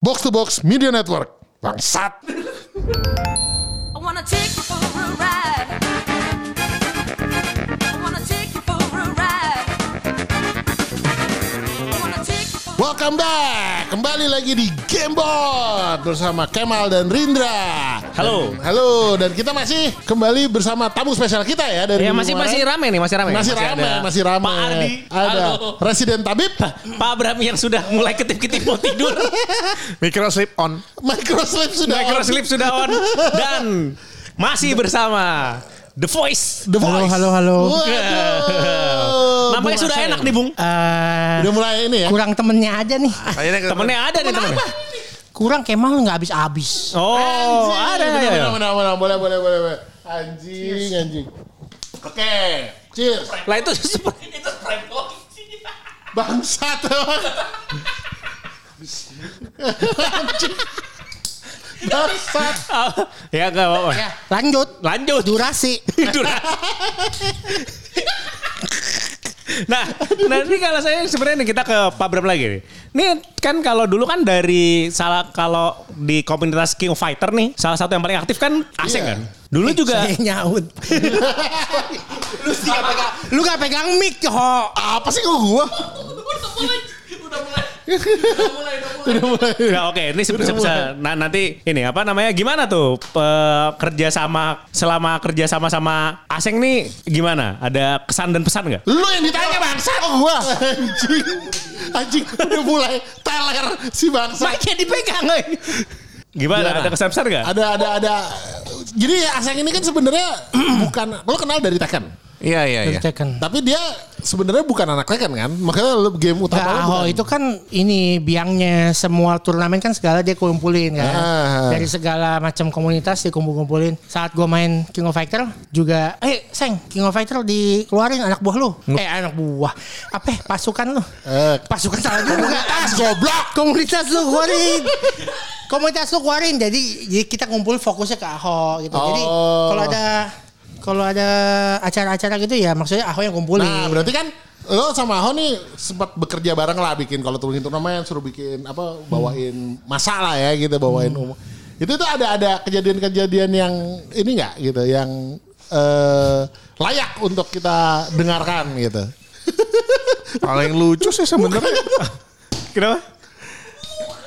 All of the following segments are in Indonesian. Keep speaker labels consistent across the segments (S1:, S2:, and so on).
S1: Box to Box Media Network. Bangsat.
S2: I wanna take you for a ride. I wanna take you for a ride. I wanna take you for
S1: Welcome back. Kembali lagi di Gamebot bersama Kemal dan Rindra.
S3: Halo.
S1: Dan- halo. Dan kita masih kembali bersama tamu spesial kita ya dari
S3: Ya masih
S1: kemarin.
S3: masih rame nih, masih rame.
S1: masih rame,
S3: ada
S1: masih rame.
S3: Pak Ardi,
S1: Ada
S3: Halo.
S1: Resident Tabib,
S3: Pak Abraham yang sudah mulai ketip-ketip mau tidur.
S4: Microslip on.
S1: Microslip sudah.
S3: Microslip sudah on dan masih bersama The Voice.
S1: The Voice.
S4: Halo, halo, halo.
S1: Waduh.
S3: Namanya
S1: Bung
S3: sudah
S1: Asep.
S3: enak nih, Bung.
S5: eh
S1: Udah mulai ini ya.
S5: kurang temennya aja nih.
S3: Temennya ada nih temennya.
S5: Kurang Kemal nggak habis-habis.
S3: Oh,
S1: Anjing.
S3: ada.
S1: Benar, benar, benar, benar. Boleh, boleh, boleh, boleh. Anjing, anjing. Oke. Cheers.
S3: Lah itu seperti
S1: Bangsat. emang. Anjing. Bangsat.
S3: ya enggak apa-apa.
S5: Ya, lanjut.
S3: Lanjut.
S5: Durasi.
S3: Durasi. nah, nanti kalau saya sebenarnya nih kita ke Pak Bram lagi nih. Ini kan kalau dulu kan dari salah kalau di komunitas King of Fighter nih, salah satu yang paling aktif kan Aseng
S1: Iya.
S3: kan. Dulu juga
S5: Saya nyaut. lu sih nggak pegang, lu nggak pegang mic, ho.
S1: Apa sih kok gua? Udah mulai.
S3: Nah, oke, ini sebelum
S1: Iya.
S3: nah, nanti ini apa namanya? Gimana tuh pe- kerja sama selama kerja sama sama Aseng nih gimana? Ada kesan dan pesan nggak?
S1: Lu yang ditanya bangsa kok Oh, gua. Anjing. Anjing udah mulai teler si bangsa.
S3: Makanya dipegang, woy. Gimana?
S1: Gimana?
S3: Ada kesan pesan nggak?
S1: Ada ada ada. Jadi Aseng ini kan sebenarnya bukan lo kenal dari Tekken.
S4: Iya, iya, iya.
S5: Tekan.
S1: Tapi dia sebenarnya bukan anak Tekken kan? Makanya lo game utama
S5: Nggak,
S1: lo
S5: Aho
S1: bukan.
S5: itu kan ini biangnya semua turnamen kan segala dia kumpulin kan.
S1: Ah.
S5: Dari segala macam komunitas dikumpul-kumpulin. Saat gue main King of Fighter juga, eh Seng, King of Fighter dikeluarin anak buah lu. Eh anak buah. Apa ya, pasukan lu.
S1: Eh.
S5: Pasukan salah juga.
S1: Tas goblok.
S5: komunitas lu keluarin komunitas lu keluarin jadi, jadi kita ngumpul fokusnya ke Aho gitu jadi
S1: Oh.
S5: kalau ada kalau ada acara-acara gitu ya maksudnya Aho yang kumpulin
S1: Nah berarti kan lo sama Aho nih sempat bekerja bareng lah bikin kalau turun turnamen suruh bikin apa bawain masalah ya gitu bawain umum. Itu tuh ada ada kejadian-kejadian yang ini nggak gitu yang eh, layak untuk kita dengarkan gitu.
S4: Paling lucu sih sebenarnya.
S3: Kenapa?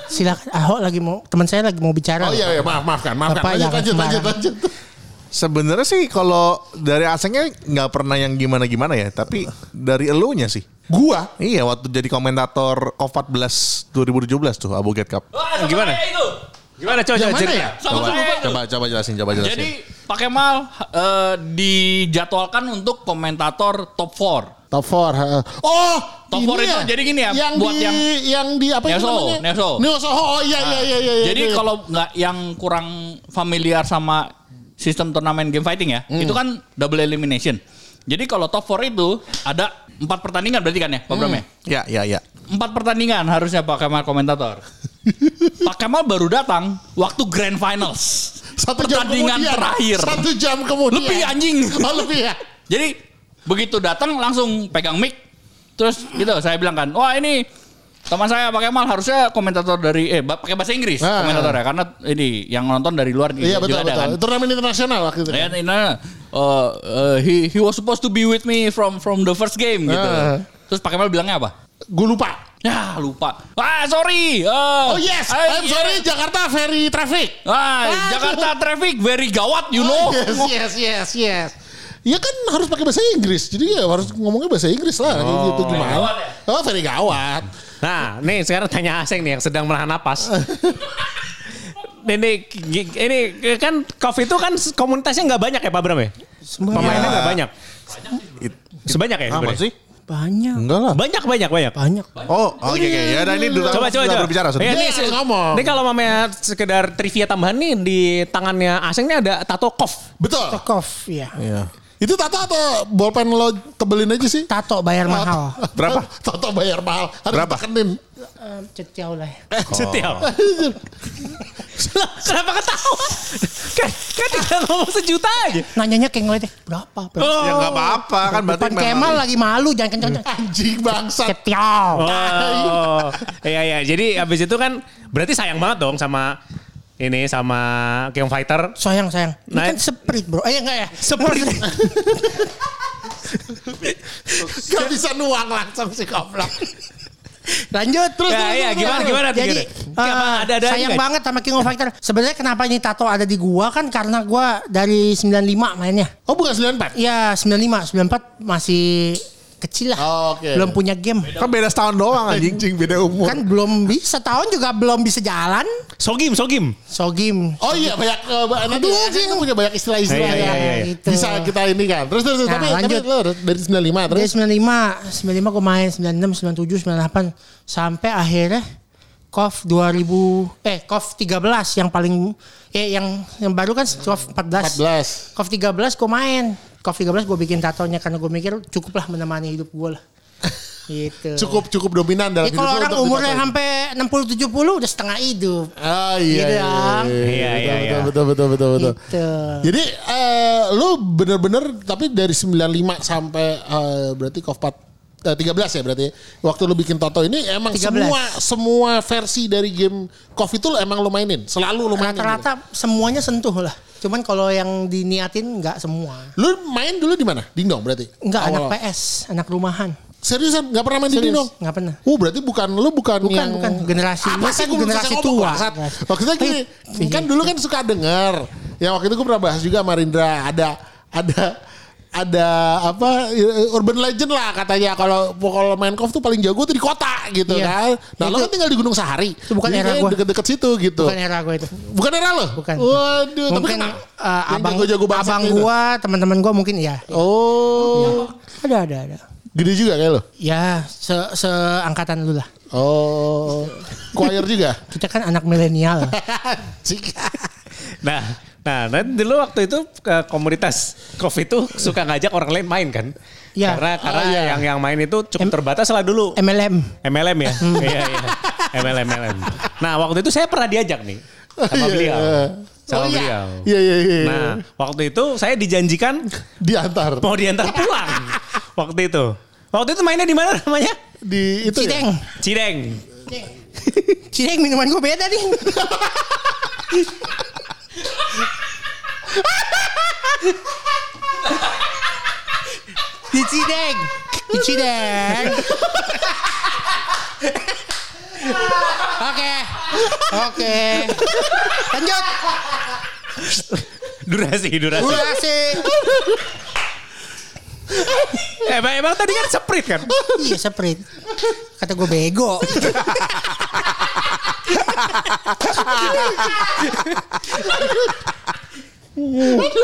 S5: silakan Aho lagi mau teman saya lagi mau bicara
S1: Oh iya, iya maaf maafkan maafkan
S5: Bapak
S1: lanjut
S5: jangan
S1: lanjut, lanjut
S5: sembarangan.
S1: lanjut
S4: sebenarnya sih kalau dari asengnya nggak pernah yang gimana-gimana ya, tapi dari elunya sih.
S1: Gua
S4: Iya, waktu jadi komentator COP14 2017 tuh Abu Get Cup.
S1: Oh,
S6: Eh,
S3: Gimana? Gimana coba
S1: Yang
S3: coba
S1: mana
S3: cerita.
S1: ya?
S4: Coba,
S6: saya itu.
S4: coba, coba jelasin, coba jelasin.
S6: Jadi Pak Kemal eh, dijadwalkan untuk komentator top 4.
S1: Top 4. heeh. Oh,
S6: Top
S1: ini
S6: four itu jadi gini ya,
S1: yang
S6: buat
S1: di, yang
S6: yang-
S1: di apa itu
S6: Neo Soho,
S1: namanya?
S6: Neo Soho.
S1: Neo Soho, Oh iya iya iya iya.
S6: Jadi
S1: iya.
S6: kalau nggak yang kurang familiar sama sistem turnamen game fighting ya,
S1: Hmm.
S6: itu kan double elimination. Jadi kalau top 4 itu ada empat pertandingan berarti kan ya, Pak Bram ya?
S4: Ya, ya, ya.
S1: Hmm.
S6: Empat pertandingan harusnya Pak Kemal komentator. Pak Kemal baru datang waktu grand finals.
S1: satu jam
S6: pertandingan
S1: kemudian,
S6: terakhir.
S1: Satu jam kemudian.
S6: Lebih anjing.
S1: Oh lebih ya.
S6: Jadi begitu datang langsung pegang mic. Terus gitu saya bilang kan, "Wah, ini teman saya Pak Kemal harusnya komentator dari eh ba- pakai bahasa Inggris
S1: Ah.
S6: komentator ya karena ini yang nonton dari luar
S1: Iya betul
S6: juga ada
S1: betul.
S6: kan.
S1: Turnamen internasional waktu itu.
S6: Ya, ini, nah, uh, uh, he he was supposed to be with me from from the first game gitu.
S1: Ah.
S6: Terus Pak Kemal bilangnya apa?
S1: Gue lupa.
S6: Ya lupa. Ah sorry. eh, iya."
S1: Oh yes, I'm sorry Jakarta ferry traffic.
S6: Ah,
S1: Aduh.
S6: Jakarta traffic very gawat you know.
S1: Oh, yes yes yes yes. Ya kan harus pakai bahasa Inggris. Jadi ya harus ngomongnya bahasa Inggris lah. kayak gitu gimana?
S6: Gawat
S1: Oh, very gawat.
S3: Nah, nih sekarang tanya Aseng nih yang sedang menahan napas. Ini, ini kan COVID itu kan komunitasnya nggak banyak ya Pak Bram ya?
S5: Semua
S3: Pemainnya nggak
S4: Ya.
S3: banyak.
S4: It-
S3: Sebanyak ya?
S4: Apa
S3: sebenarnya?
S4: sih?
S5: banyak
S4: Enggak lah.
S3: Banyak banyak banyak.
S5: banyak
S4: Oh, oke,
S3: Iya,
S4: oke. Ya, udah, ini dulu
S3: Coba coba
S4: sudah
S3: coba.
S4: berbicara. sudah.
S3: Iya,
S1: Dia
S3: nih,
S1: harus
S3: se-
S1: ngomong.
S3: Ini kalau mamanya sekedar trivia tambahan nih di tangannya Aseng nih ada tato kof.
S1: Betul.
S5: Tokof ya
S4: Iya.
S1: Itu tato atau bolpen lo tebelin aja sih?
S5: tato bayar mahal
S4: Berapa?
S1: Tato bayar mahal. Harus
S4: Berapa?
S1: ditekenin.
S5: Eh, cet jauh lah ya.
S3: Setiap. Lah, Kenapa ketawa? Kan, kan tinggal ngomong sejuta aja.
S5: Nanyanya kayak ngeliatnya berapa?
S1: Oh,
S5: berapa?
S4: Ya nggak apa-apa kan berarti
S5: Depan Kemal lagi malu jangan kenceng-kenceng.
S1: Anjing bangsat.
S5: Ketiau.
S3: Oh, iya iya. Jadi abis itu kan berarti sayang banget dong sama ini sama King Fighter.
S5: Sayang sayang. Ini
S3: Nah,
S5: kan seprit bro. Eh enggak ya.
S3: Seperti
S1: Gak bisa nuang langsung si goblok.
S5: Lanjut terus.
S3: Ya,
S5: terus,
S3: iya,
S5: terus,
S3: gimana,
S5: terus.
S3: gimana,
S5: Jadi
S3: gimana? Apa,
S5: eh,
S3: ada-ada
S5: sayang
S3: nggak?
S5: banget sama King of Fighter. Sebenarnya kenapa ini tato ada di gua kan karena gua dari 95 mainnya.
S1: Oh bukan 94?
S5: Iya 95, 94 masih kecil lah.
S3: Oh,
S1: Oke.
S5: Belum punya game.
S4: Kan beda setahun doang anjing. beda
S3: Oh.
S4: umur.
S5: Kan belum bisa tahun juga belum bisa jalan.
S3: Sogim, Sogim.
S5: So game.
S1: Oh iya banyak eh, ba- nanti
S5: Aduh,
S1: Anda
S5: anjing.
S1: kan punya banyak istilah-istilah ya.
S3: Iya, iya, iya, iya.
S5: Gitu.
S1: Bisa kita ini kan. Terus terus terus.
S5: Nah,
S1: tapi
S5: lanjut.
S1: tapi lo dari 95
S5: Dari
S1: terus.
S5: 95, 95 gue main 96, 97, 98 sampai akhirnya KOF 2000 eh KOF 13 yang paling eh yang yang baru kan KOF 14.
S1: 14.
S5: KOF 13 gue main. KOF 13 gue bikin tatonya karena gue mikir cukuplah menemani hidup gue lah. gitu.
S1: Cukup cukup dominan dalam
S5: Ya,
S1: hidup
S5: kalau
S1: lo
S5: orang
S1: untuk
S5: umurnya
S1: ditatain.
S5: sampai 60 70 udah setengah hidup.
S1: Oh iya.
S5: Gitu
S1: iya,
S5: dong.
S1: Iya
S3: Iya,
S1: iya.
S3: iya,
S1: Betul betul betul betul. betul.
S5: Gitu.
S1: Jadi eh, lu bener-bener tapi dari 95 sampai eh, berarti KOF 4 eh, 13 ya berarti. Waktu lu bikin Toto ini emang
S5: 13.
S1: semua semua versi dari game KOF itu lu emang lu mainin, selalu lu mainin.
S5: Rata-rata semuanya sentuh lah. Cuman kalau yang diniatin nggak semua.
S1: gitu? Lu main dulu di mana? Dingdong berarti.
S5: Enggak anak
S1: Awal.
S5: PS, anak rumahan.
S1: Seriusan nggak pernah main di
S5: Serius,
S1: Dingdong?
S5: nggak pernah.
S1: Oh berarti bukan lu bukan,
S5: Bukan,
S1: yang
S5: bukan. Generasi
S1: apa
S5: ini
S1: sih
S5: kan
S1: gua belum
S5: generasi
S1: selesai ngomong,
S5: tua. Iya.
S1: bangsat. Waktu itu gini, kan dulu kan suka denger. Ya waktu itu gue pernah bahas juga sama Rindra ada ada ada apa urban legend lah katanya kalau kalau main KOF tuh paling jago tuh di kota gitu
S5: Iya.
S1: kan. Nah, lo
S5: Itu-
S1: kan tinggal di Gunung Sahari.
S5: Itu bukan
S1: Jadi
S5: era
S1: kayak
S5: gua.
S1: Deket-deket situ gitu.
S5: Bukan era gue itu.
S1: Bukan era lo?
S5: Bukan.
S1: Waduh, tapi kan
S5: mungkin
S1: kenapa?
S5: eh,
S1: Yang
S5: abang
S1: jago-jago bangsat
S5: abang
S1: itu.
S5: gua, Iya. teman-teman gua mungkin ya.
S1: Oh.
S5: Ada ada ada.
S1: Gede juga kayak lo.
S5: Ya, se seangkatan lu lah.
S1: Oh. Choir juga.
S5: Kita kan anak milenial.
S3: Nah, nah, nah dulu waktu itu ke komunitas COVID itu suka ngajak orang lain main kan?
S5: Iya.
S3: Karena karena
S1: Oh, iya.
S3: yang yang main itu cukup terbatas lah dulu.
S5: MLM.
S3: MLM ya?
S1: Hmm.
S3: Iya, iya. MLM, MLM. Nah, waktu itu saya pernah diajak nih sama
S1: Iya.
S3: beliau.
S1: Oh,
S3: Sama
S1: iya.
S3: beliau.
S1: Iya, iya, iya.
S3: Nah, waktu itu saya dijanjikan
S1: Diantar
S3: mau diantar pulang. waktu itu. Waktu itu mainnya di mana namanya?
S1: di itu ya?
S5: Cideng.
S3: Cideng.
S5: Cideng minuman gua beda nih. Di Cideng. Di Cideng. Oke. Oke. Lanjut.
S3: Durasi, durasi.
S5: Terima kasih.
S3: emang, emang tadi kan sprint kan?
S5: Iya seprit. Kata gue bego.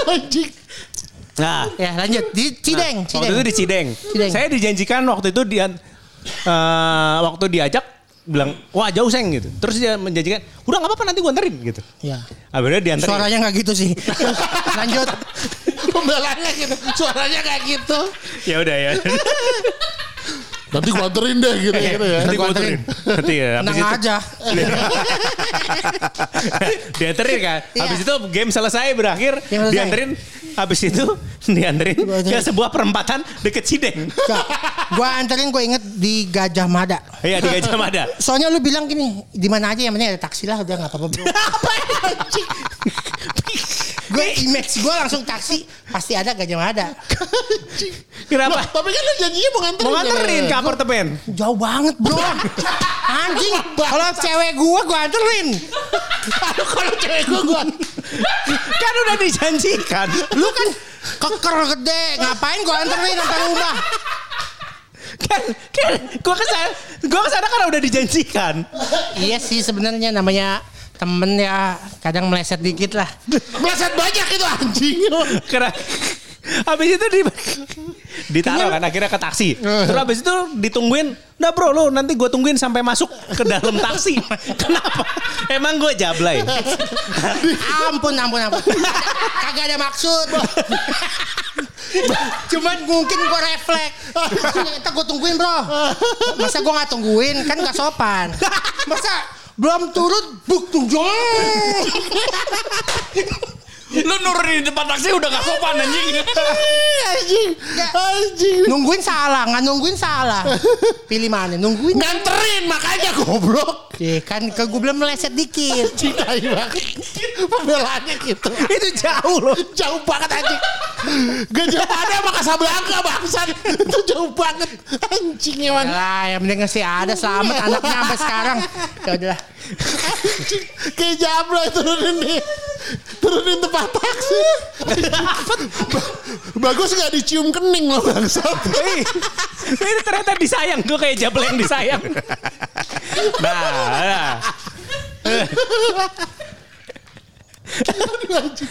S1: Anjing.
S3: Nah,
S5: Ya lanjut. Di Cideng.
S3: Waktu itu
S5: Cideng.
S3: di Cideng.
S5: Cideng.
S3: Saya dijanjikan waktu itu dia eh, waktu diajak bilang wah jauh seng gitu. Terus dia menjanjikan udah nggak apa-apa nanti gua anterin gitu.
S5: Ya.
S3: Akhirnya dianterin.
S5: Suaranya nggak gitu sih. Lanjut.
S1: Pembelanya gitu. Suaranya kayak gitu.
S3: Ya udah ya.
S1: Nanti gua anterin deh gitu,
S5: Iya,
S1: gitu ya.
S3: nanti gua
S5: gua anterin.
S3: anterin. Nanti ya. Habis
S5: Tenang
S3: itu
S5: aja.
S3: dianterin kan.
S5: Iya.
S3: Habis itu game selesai berakhir
S5: Game selesai.
S3: dianterin. Habis itu dianterin
S5: Gua anterin.
S3: ke sebuah perempatan deket Cideng.
S5: Nggak. Gua anterin gue inget di Gajah Mada.
S3: Iya di Gajah Mada.
S5: Soalnya lu bilang gini, di mana aja yang penting ada taksi lah udah nggak apa-apa bro. gue image gue langsung taksi pasti ada Gajah Mada.
S1: Loh,
S3: Kenapa?
S1: tapi kan lu janjinya mau nganterin.
S3: Mau nganterin ke
S1: kan?
S3: apartemen.
S5: Jauh banget bro. Anjing, kalau cewek gue gue anterin.
S1: Aduh, kalau cewek gua gua.
S3: Kan udah dijanjikan.
S5: Lu kan keker gede, ngapain gue anterin sampai rumah?
S3: kan kan gue kesana gue kesana karena kan udah dijanjikan
S5: Iya sih sebenarnya namanya temen ya kadang meleset dikit lah.
S1: Meleset banyak itu anjing.
S3: karena habis itu di ditaruh kan akhirnya ke taksi terus habis itu ditungguin udah bro lu nanti gue tungguin sampai masuk ke dalam taksi kenapa emang gue jablay
S5: Ampun ampun ampun. Kagak ada maksud. Cuman mungkin gue refleks. Ntar gue tungguin bro. Masa gue gak tungguin kan gak sopan. Masa belum turut buk tunjung.
S6: Lu nurunin di depan taksi udah gak sopan anjing.
S1: Anjing. Anjing.
S5: nungguin salah, nggak nungguin salah. Pilih mana? Nungguin.
S1: Nganterin makanya goblok.
S5: Ya kan ke gue belum meleset dikit.
S1: Cintai banget. Pembelaannya gitu.
S5: Itu jauh loh.
S1: Jauh banget anjing. Gajah Mada sama Kasablanca bangsat. Itu jauh banget. Anjing emang.
S5: Lah, yang penting sih ada selamat anaknya sampai sekarang. Ya udahlah.
S1: Anjing. Kayak jablo turunin nih. Turunin tempat taksi. Ba- Bagus gak dicium kening loh bangsat.
S3: Ih, Ini ternyata disayang. Gue kayak jabel yang disayang. Nah, nah.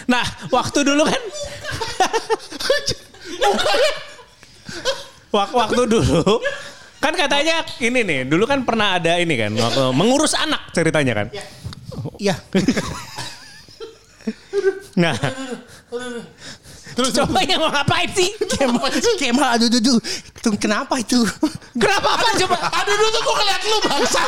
S3: Nah, waktu dulu kan. Wak- waktu dulu. Kan katanya ini nih. Dulu kan pernah ada ini kan. waktu- Mengurus anak ceritanya kan.
S5: Iya.
S3: Nah,
S1: Terus
S3: coba yang mau ngapain sih?
S5: Kemal, Kemal aduh aduh, aduh. Itu kenapa itu?
S3: Kenapa apa coba?
S1: Aduh dulu tuh gue ngeliat lu bangsa.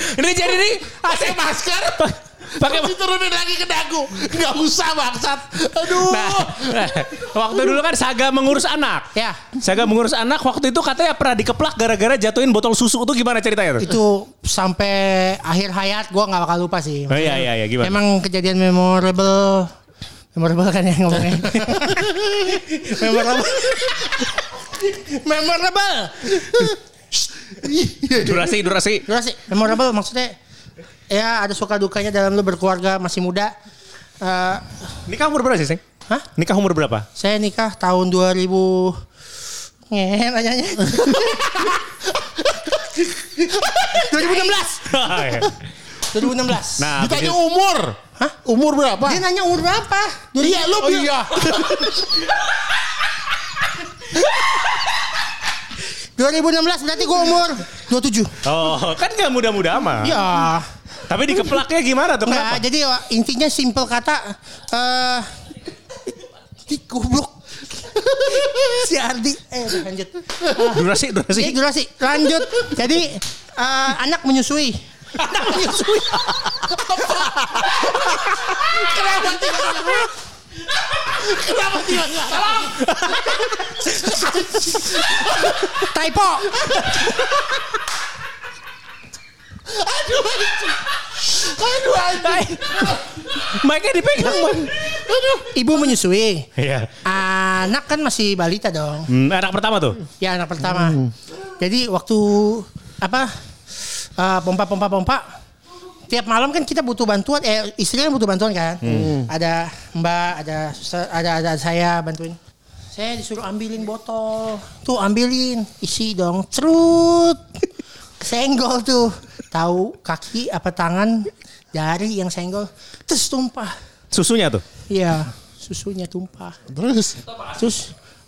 S3: Ini jadi nih.
S1: Pakai masker.
S3: Pakai
S1: Pakai turunin lagi ke dagu. Gak usah bangsat. Aduh.
S3: Nah, nah, waktu dulu kan Saga mengurus anak.
S5: Ya.
S3: Saga mengurus anak waktu itu katanya pernah dikeplak gara-gara jatuhin botol susu tuh gimana ceritanya tuh?
S5: Itu sampai akhir hayat gua nggak bakal lupa sih.
S3: Oh, iya iya iya gimana?
S5: Memang kejadian memorable. Memorable kan ya ngomongnya. memorable. memorable.
S3: durasi durasi.
S5: Gimana sih? Memorable maksudnya ya ada suka dukanya dalam lu berkeluarga masih muda. Eh,
S3: Nikah umur berapa sih, Seng?
S5: hah?
S3: Nikah umur berapa?
S5: Saya nikah tahun 2000 Ngehe nanyanya 2016 2016
S3: Iya. nah, abis
S1: Ditanya
S3: itu-
S1: umur. Hah? Umur berapa?
S5: Dia nanya umur berapa?
S1: Iya lu
S5: Oh,
S1: bil-
S5: iya. 2016 berarti gue umur 27
S3: oh, kan gak muda-muda amat.
S5: Ya
S3: Tapi dikeplaknya gimana tuh? Kenapa?
S5: Enggak, jadi wa- intinya simple kata eh ih, goblok. si Ardi eh udah lanjut.
S3: Durasi durasi.
S5: Jadi durasi lanjut. Jadi eh, anak menyusui. Anak menyusui. Kenapa tiba-tiba? Kenapa tiba-tiba? Typo.
S1: Aduh anjing.
S3: Mic-nya dipegang, Bang.
S5: Ibu menyusui.
S3: Iya.
S5: Anak kan masih balita dong.
S3: Hmm, anak pertama tuh.
S5: Ya anak pertama. Jadi waktu apa eh, pompa pompa pompa tiap malam kan kita butuh bantuan eh istrinya butuh bantuan kan. Ada Mbak, ada suster- ada ada saya bantuin. Saya disuruh ambilin botol. Tuh ambilin, isi dong. Cerut. Senggol tuh. Tahu kaki apa tangan dari yang senggol terus tumpah.
S3: Susunya tuh.
S5: Iya, susunya tumpah.
S1: Terus.
S5: Terus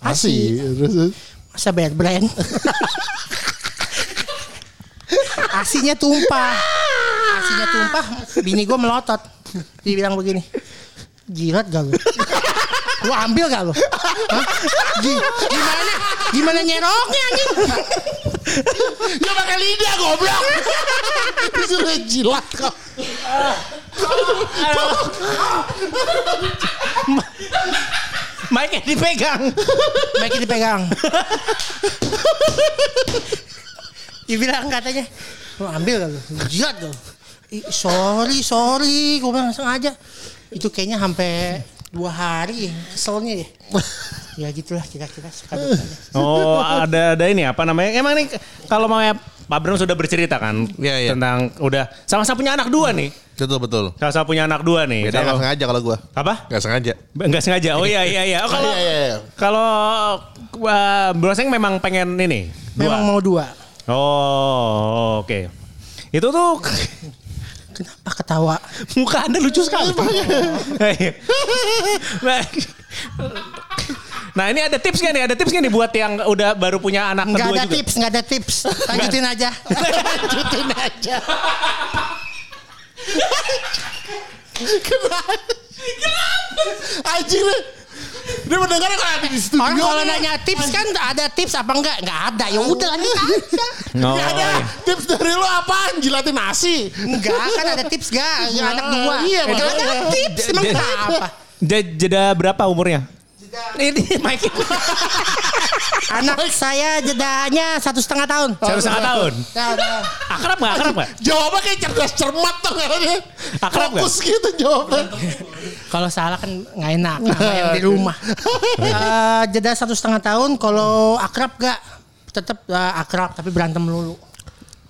S1: Asih.
S5: ASI.
S1: Terus.
S5: Masa bad brand? Asinya tumpah. Asinya tumpah. Bini gue melotot. Dibilang begini. Jilat gak lu? Lu ambil gak lu? Hah? Gi- Gimana? Gimana nyeroknya anjing?
S1: Gak Iya, pakai lidah goblok. Disuruh jilat kau.
S3: Mic-nya dipegang.
S5: Baik dipegang. Dibilang katanya. Lu ambil gak lu? Jilat gak lu? Ih, sorry, sorry. Gue bilang sengaja. Itu kayaknya sampai dua hari keselnya ya. ya gitulah kira-kira suka dukanya.
S3: Oh ada ada ini apa namanya? Emang nih kalau mau Pak Bram sudah bercerita kan
S4: Iya, iya.
S3: tentang udah sama-sama punya anak dua nih.
S4: Betul betul.
S3: Sama-sama punya anak dua nih.
S4: Beda nggak
S3: Kalau-
S4: sengaja kalau gua.
S3: apa?
S4: Nggak sengaja.
S3: Enggak sengaja. Oh iya iya iya. Oh, kalau
S1: Iya, iya, iya.
S3: kalau uh, Bro Seng memang pengen ini.
S5: Memang
S3: Dua.
S5: mau dua.
S3: Oh oke. Itu tuh
S5: Kenapa ketawa?
S3: muka Anda lucu sekali. nah, nah, ini ada tips gak nih? Ada tips gak nih buat yang udah baru punya anak
S5: Nggak
S3: kedua
S5: ada
S3: juga?
S5: tips, nggak ada tips. Lanjutin aja. Lanjutin aja.
S1: Anjing lu. Dia mendengarnya kalau ada di studio.
S5: Orang kalau
S1: nih.
S5: nanya tips kan ada tips apa enggak? Enggak ada. Ya udah lanjut aja.
S3: No.
S1: Nggak ada tips dari lu apaan? Jilatin nasi.
S5: Enggak kan ada tips enggak? Yang anak dua.
S1: Iya,
S5: Enggak ada
S1: makanya.
S5: tips emang gitu.
S3: Dia-
S5: apa?
S3: Jeda, jeda berapa umurnya? Ini Mike
S5: Anak saya jedanya satu setengah tahun.
S3: satu setengah tahun.
S5: Ya, udah.
S3: Akrab nggak? Akrab nggak?
S1: Jawabnya kayak cerdas cermat tuh kayaknya.
S3: Akrab nggak?
S1: Fokus gitu jawabnya.
S5: Kalau salah kan nggak enak sama yang di rumah. Eh, jeda satu setengah tahun. Kalau akrab enggak? Tetap eh, akrab tapi berantem melulu.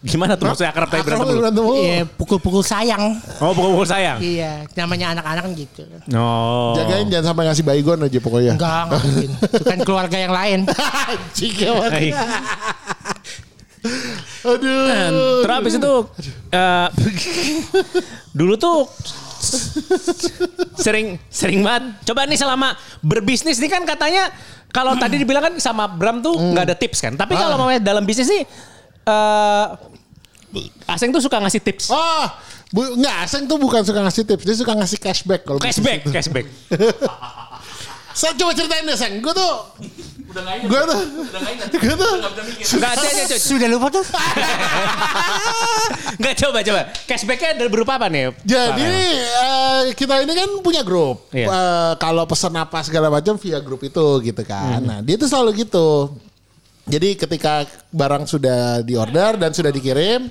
S3: Gimana tuh maksudnya akrab tapi berantem? dulu?
S1: Berantem.
S5: Iya, pukul-pukul sayang.
S3: Oh pukul-pukul sayang.
S5: Iya, namanya anak-anak kan gitu.
S3: Oh.
S1: Jagain jangan sampai ngasih baygon aja pokoknya.
S5: Enggak, enggak mungkin. Itu kan keluarga yang lain.
S1: Anjing ya. Wan.
S3: Baik.
S1: Aduh.
S3: Kan? Terus abis itu eh, dulu tuh sering sering banget. Coba nih selama berbisnis nih kan katanya kalau tadi dibilang kan sama Bram tuh nggak ada tips kan. Tapi kalau mau dalam bisnis nih eh Aseng tuh suka ngasih tips.
S1: Oh, bu, nggak asing tuh bukan suka ngasih tips, dia suka ngasih cashback kalau
S3: Cashback, cashback.
S1: Saya coba ceritain deh, Seng. Gue tuh Gue tuh Gue tuh
S3: Enggak ada aja, coba.
S5: Sudah lupa tuh.
S3: Enggak coba coba. Cashbacknya ada berupa apa nih?
S1: Jadi eh, kita ini kan punya grup.
S3: Iya.
S1: Eh, kalau pesan apa segala macam via grup itu gitu kan. Nah, dia tuh selalu gitu. Jadi ketika barang sudah diorder dan sudah dikirim,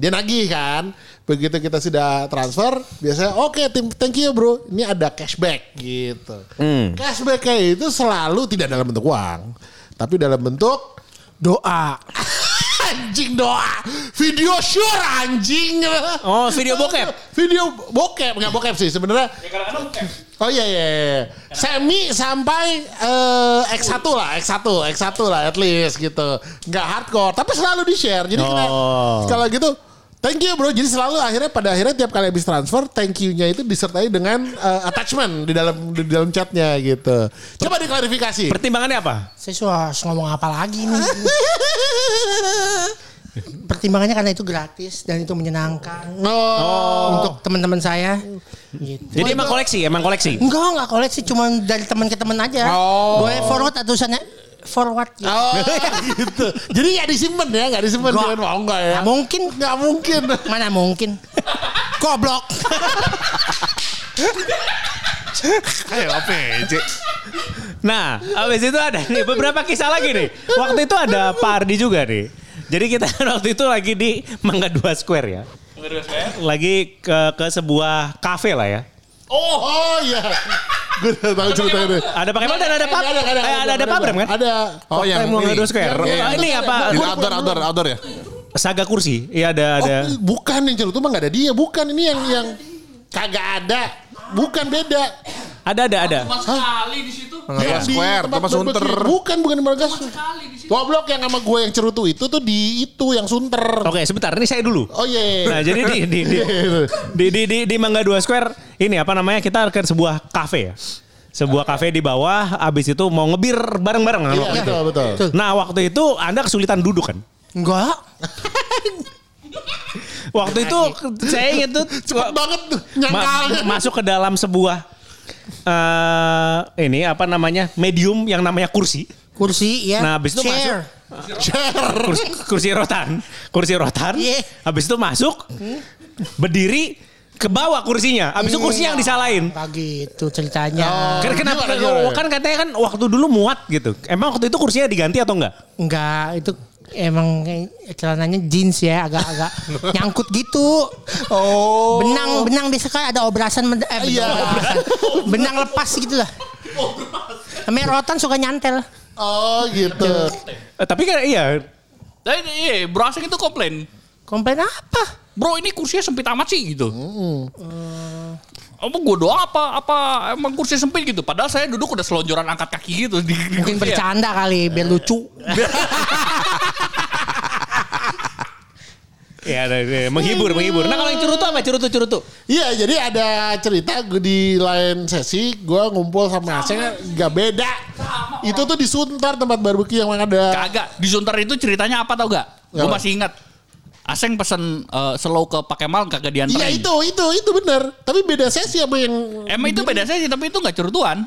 S1: dia nagih kan. Begitu kita sudah transfer, biasanya oke tim thank you bro, ini ada cashback gitu. Cashbacknya itu selalu tidak dalam bentuk uang, tapi dalam bentuk
S5: Doa.
S1: anjing doa video sure anjing
S3: Oh, video bokep.
S1: video bokep nggak bokep sih sebenarnya oh iya iya iya. semi sampai eh, X1 lah X1 X1 lah at least gitu nggak hardcore tapi selalu di share jadi kita kalau gitu Thank you bro. Jadi selalu akhirnya pada akhirnya tiap kali habis transfer, thank you-nya itu disertai dengan eh, attachment di dalam di dalam chatnya gitu. Coba diklarifikasi.
S3: Pertimbangannya apa?
S5: Saya suka harus ngomong apa lagi nih. Pertimbangannya karena itu gratis dan itu menyenangkan
S1: Oh.
S5: untuk teman-teman saya. Gitu.
S3: Jadi emang koleksi, emang koleksi.
S5: Enggak, enggak koleksi, cuma dari teman ke teman aja.
S1: Oh.
S5: Gue forward atau sana forward. gitu.
S1: Oh, gitu. Jadi nggak disimpan ya, nggak disimpan
S5: Nggak.
S1: jangan mau nggak ya?
S5: Nggak mungkin.
S1: nggak mungkin.
S5: Mana mungkin? Goblok.
S4: Ayo apa Cik?
S3: ya, Nah, habis itu ada nih beberapa kisah lagi nih. Waktu itu ada Pak Ardi juga nih. Jadi kita waktu itu lagi di Mangga Dua Square ya. Lagi ke ke sebuah kafe lah ya.
S1: Oh, oh iya. Gue udah tahu ceritanya deh.
S3: Ada pakai dan ada pub.
S1: Ada, ada,
S3: eh, ada ada pub Bram, kan?
S1: Ada. Iya,
S4: Oh yang Iya,
S3: Eh, Mangga Dua Square.
S1: Yang- yang-
S3: Oh, ini
S1: yang-
S3: apa?
S1: yang-
S4: Di
S1: yang-
S4: outdoor, outdoor, outdoor ya?
S3: Saga kursi. Iya ada ada.
S1: Oh, bukan yang cerutu mah nggak ada dia, bukan ini yang yang kagak ada. Bukan beda.
S3: Ada ada ada.
S6: Mas sekali di situ.
S4: Mangga
S1: Yang di
S4: Square,
S1: tempat
S4: tempat
S1: barbecue.
S4: sunter.
S1: Bukan, bukan di Margas.
S6: Sekali di situ.
S1: Goblok yang sama gue yang cerutu itu tuh di itu yang sunter.
S3: Oke, sebentar. Ini saya dulu.
S1: Oh iya.
S3: Nah, jadi di di di di, di, di, di Mangga Dua Square ini apa namanya? Kita ke sebuah kafe ya. Sebuah kafe di bawah, abis itu mau ngebir bareng-bareng. kan?
S1: Iya, betul, betul.
S3: Nah waktu itu Anda kesulitan duduk kan?
S5: Enggak.
S3: Waktu itu saya ingat tuh
S1: Cepet banget tuh
S3: ma-
S1: nyangkalnya.
S3: masuk ke dalam sebuah eh ini apa namanya medium yang namanya kursi,
S5: Kursi ya.
S3: Nah, habis itu
S5: Chair.
S1: Share.
S3: kursi, kursi rotan, kursi rotan.
S5: Iya.
S3: Habis itu masuk, berdiri ke bawah kursinya. Habis itu kursi
S1: Iya.
S3: yang disalahin.
S5: Enggak gitu
S1: Oh.
S5: ceritanya.
S3: Ken- Kenapa?
S1: gimana, gimana?
S3: Kan katanya kan waktu dulu muat gitu. Emang waktu itu kursinya diganti atau enggak?
S5: Enggak, itu emang kayak celananya jeans ya, agak-agak nyangkut gitu.
S1: Oh.
S5: Benang, benang biasa kan ada obrasan, men- eh,
S1: Iya.
S5: obrasan. benang lepas gitu lah. Namanya rotan suka nyantel.
S1: Oh gitu.
S3: Eh, tapi kan iya.
S6: Eh, iya, bro asing itu komplain.
S5: Komplain apa?
S6: Bro ini kursinya sempit amat sih gitu. Apa gue doang apa apa emang kursi sempit gitu. Padahal saya duduk udah selonjoran angkat kaki gitu di, di
S1: Iya.
S5: Mungkin
S6: kursi ya.
S5: bercanda kali, biar lucu.
S3: Ya, menghibur, menghibur. Nah kalau yang cerutu apa? Cerutu, cerutu.
S1: Iya jadi ada cerita gue di lain sesi gue ngumpul sama Aceh nggak beda. Itu tuh di Sunter tempat barbeque yang ada.
S6: Kagak. Di Sunter itu ceritanya apa tau gak? Gue
S1: Apa?
S6: masih ingat. Aseng pesen eh, slow ke Pakemal kagak dianterin.
S1: Iya itu itu itu benar. Tapi beda sesi apa yang
S6: Emang itu beda sih tapi itu gak cerutuan.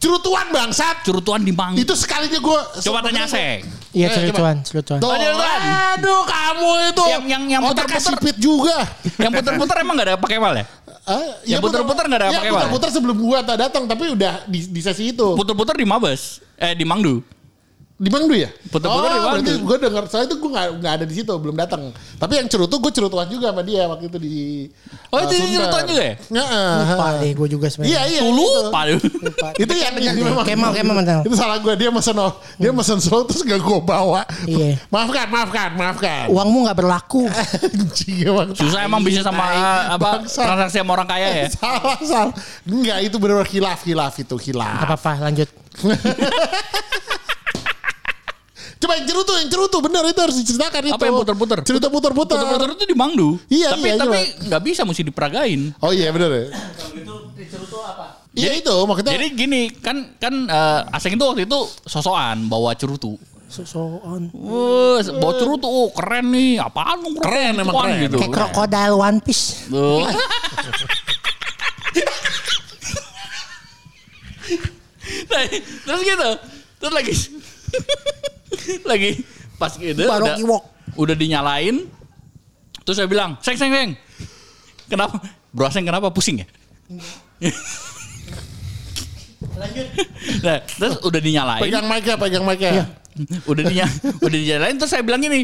S1: Cerutuan bangsat.
S6: Curutuan di mangkok.
S1: Itu sekalinya gue.
S6: Coba tanya Aseng.
S5: Iya
S1: Eh,
S5: celutuan, celutuan.
S1: Tuh,
S6: cerutuan.
S1: aduh kamu itu. Oh,
S6: Yang- yang- yang
S1: otaknya
S6: puter-puter.
S1: sipit juga.
S6: Yang puter-puter emang gak ada pakai wal ya?
S1: Ah,
S6: Yang puter-puter nggak ada
S1: ya,
S6: pakai
S1: puter-puter sebelum gua tak datang tapi udah di, di sesi itu.
S6: Puter-puter di Mabes. Eh di Mangdu.
S1: Di Mangdu ya?
S6: Puter-puter di Mangdu.
S1: berarti gue denger. Soalnya itu gue gak, ada di situ, belum datang. Tapi yang cerutu gue cerutuan juga sama dia waktu itu di
S6: Oh, itu
S1: Sumber.
S6: cerutuan juga ya?
S1: Iya,
S5: Lupa
S1: eh.
S5: deh gue juga
S1: Iya,
S5: sebenarnya.
S1: iya.
S6: Tulu.
S1: itu.
S6: Palu.
S1: Itu yang yang memang.
S5: Kemal, Kemal mantan.
S1: Itu salah gue, dia mesen dia mesen slow terus gak gue bawa.
S5: Iya.
S1: Maafkan, maafkan, maafkan.
S5: Uangmu nggak berlaku.
S1: Eh. Anjing emang.
S6: Susah emang bisnis sama apa
S1: Bangsa.
S6: transaksi sama orang kaya ya.
S1: Salah, salah. Enggak, itu benar hilaf, hilaf itu,
S5: Gak
S1: hilaf.
S5: apa-apa lanjut.
S1: Coba yang cerutu, yang cerutu bener itu harus diceritakan itu.
S6: Apa yang puter-puter?
S1: Cerita puter-puter.
S6: Puter-puter itu di Mangdu.
S1: Iya,
S6: tapi
S1: iya,
S6: tapi
S1: coba.
S6: nggak bisa mesti diperagain.
S1: Oh iya bener ya. Iya itu maksudnya.
S6: Jadi gini kan kan eh, Aseng itu waktu itu sosokan bawa cerutu.
S5: So-soan.
S6: Wes, bawa cerutu oh, keren nih. Apaan
S1: Hmm.
S6: lu
S1: Keren, emang
S6: cerutuan
S1: keren.
S6: gitu.
S5: Kayak krokodil One Piece.
S6: Tuh. Nah, terus gitu. Terus lagi lagi pas
S1: Eh,
S6: gitu udah,
S5: Baroque Walk.
S6: udah dinyalain. Terus saya bilang, "Seng, seng, seng." Kenapa? Bro Aseng kenapa pusing ya? Nah, terus udah dinyalain
S1: pegang mic-nya, pegang mic-nya.
S5: Iya.
S6: udah dinya udah dijalanin terus saya bilang gini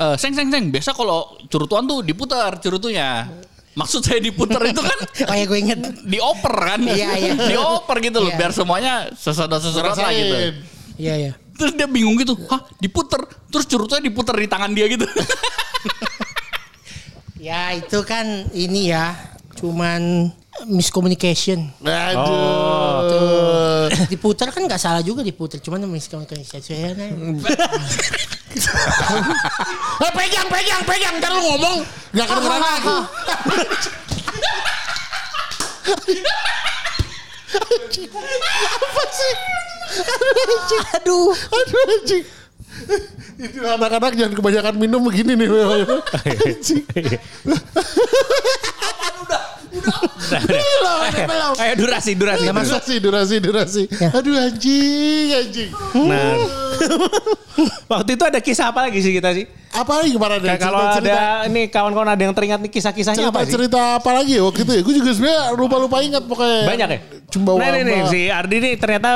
S6: "Eh, seng seng seng biasa kalau curutuan tuh diputar curutunya maksud saya diputar itu kan
S5: Oh ya gue inget.
S6: dioper kan
S5: Iya, iya.
S6: dioper gitu loh
S5: Iya.
S6: biar semuanya sesedot sesedot lah
S1: Rasain.
S6: gitu
S5: Iya iya.
S6: terus dia bingung gitu hah diputer terus curutnya diputer di tangan dia gitu
S5: Ya itu kan ini ya. Cuman miscommunication.
S1: Aduh.
S5: Diputar kan nggak salah juga diputar. Cuman miscommunication. kan-
S1: Eh, pegang, pegang, pegang. Ntar lu ngomong. Gak kedengeran
S6: Oh.
S1: lagi. Apa sih?
S5: Aduh.
S1: Aduh anjing. Itu anak-anak jangan kebanyakan minum begini nih. Anjing.
S5: Belum belum.
S3: Ayo durasi, durasi.
S1: Iya, Durasi, durasi, durasi.
S3: Ya.
S1: Aduh anjing, anjing.
S3: Nah. Waktu itu ada kisah apa lagi sih kita sih?
S1: Apa lagi kemarin?
S3: Kayak kalau
S1: Cerita-cerita-
S3: ada nih kawan-kawan ada yang teringat nih kisah-kisahnya
S1: cerita
S3: apa sih?
S1: cerita apa lagi ya waktu itu ya? Gue juga sebenarnya lupa-lupa ingat pokoknya.
S3: Banyak ya?
S1: Cuma
S3: Nah ini nih, si Ardi nih ternyata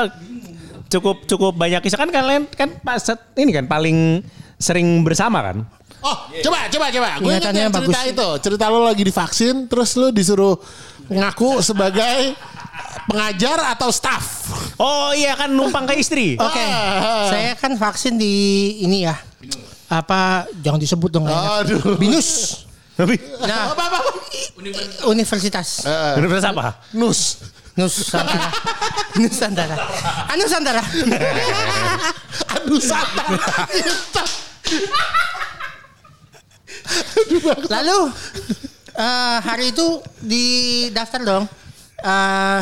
S3: cukup cukup banyak kisah kan kalian kan pas ini kan paling sering bersama kan?
S1: Oh, coba coba coba. Gue ingat
S5: Ingatannya
S1: yang cerita
S5: bagus.
S1: itu. Cerita lo lagi divaksin terus lo disuruh ngaku sebagai pengajar atau staff.
S3: Oh iya kan numpang ke istri.
S5: Oke.
S1: Ah.
S5: Saya kan vaksin di ini ya. Apa jangan disebut dong. nggak enak.
S1: Aduh.
S5: Binus.
S3: Tapi
S5: Nah,
S1: Apa apa? apa? Eh.
S5: universitas.
S3: bener-bener apa?
S1: Nus.
S5: Nusantara. Nusantara. Ah, Nusantara.
S1: Aduh satan.
S5: Lalu eh, hari itu di daftar dong. Eh,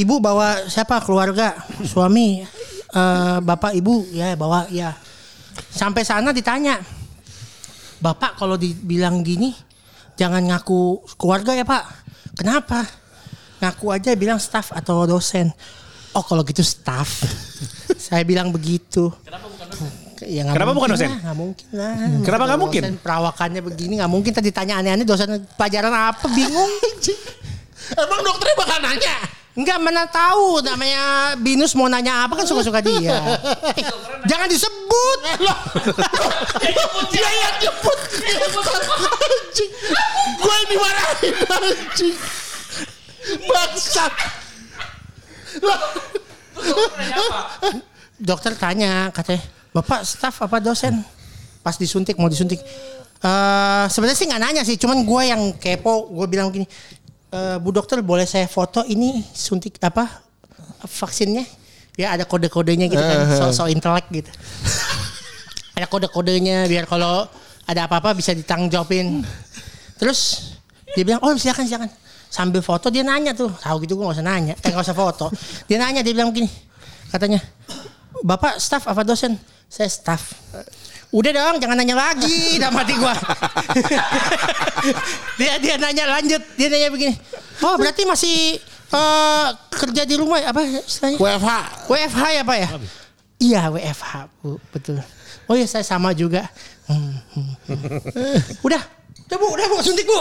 S5: ibu bawa siapa? Keluarga, suami, eh, bapak, ibu, ya bawa ya. Sampai sana ditanya, bapak kalau dibilang gini, jangan ngaku keluarga ya pak. Kenapa? Ngaku aja bilang staff atau dosen. Oh kalau gitu staff. Saya bilang begitu. Ya, nggak
S3: Kenapa bukan
S5: mungkin
S3: dosen?
S5: lah, Nggak mungkin lah.
S3: Kenapa nggak
S5: Dosen
S3: mungkin?
S5: perawakannya begini nggak mungkin tadi tanya aneh-aneh dosen pelajaran apa bingung.
S1: Emang dokternya bakal nanya.
S5: Enggak mana tahu namanya Binus mau nanya apa kan suka-suka dia. Eh, jangan disebut.
S1: Dia yang Iya, jemput. Anjing. Gue yang dimarahin anjing. Bangsat. Lah,
S5: Dokter tanya katanya, "Bapak staff apa dosen?" Pas disuntik mau disuntik. Eh sebenarnya sih nggak nanya sih, cuman gue yang kepo, gue bilang gini, "Eh, Bu dokter boleh saya foto ini suntik apa vaksinnya? Ya ada kode-kodenya gitu kan, so-so intelek gitu. ada kode-kodenya biar kalau ada apa-apa bisa ditanggung jawabin. Terus dia bilang, oh silakan silakan. Sambil foto dia nanya tuh, tahu gitu gue gak usah nanya, eh gak usah foto. Dia nanya, dia bilang begini, katanya, bapak staff apa dosen? Saya staff. Udah dong, jangan nanya lagi, udah mati gue. dia dia nanya lanjut, dia nanya begini, oh berarti masih eh, kerja di rumah apa istilahnya?
S1: WFH.
S5: WFH ya Pak ya? Iya WFH Bu, betul. Oh iya saya sama juga. Hmm, hmm, hmm. udah, udah Bu, udah Bu suntik Bu.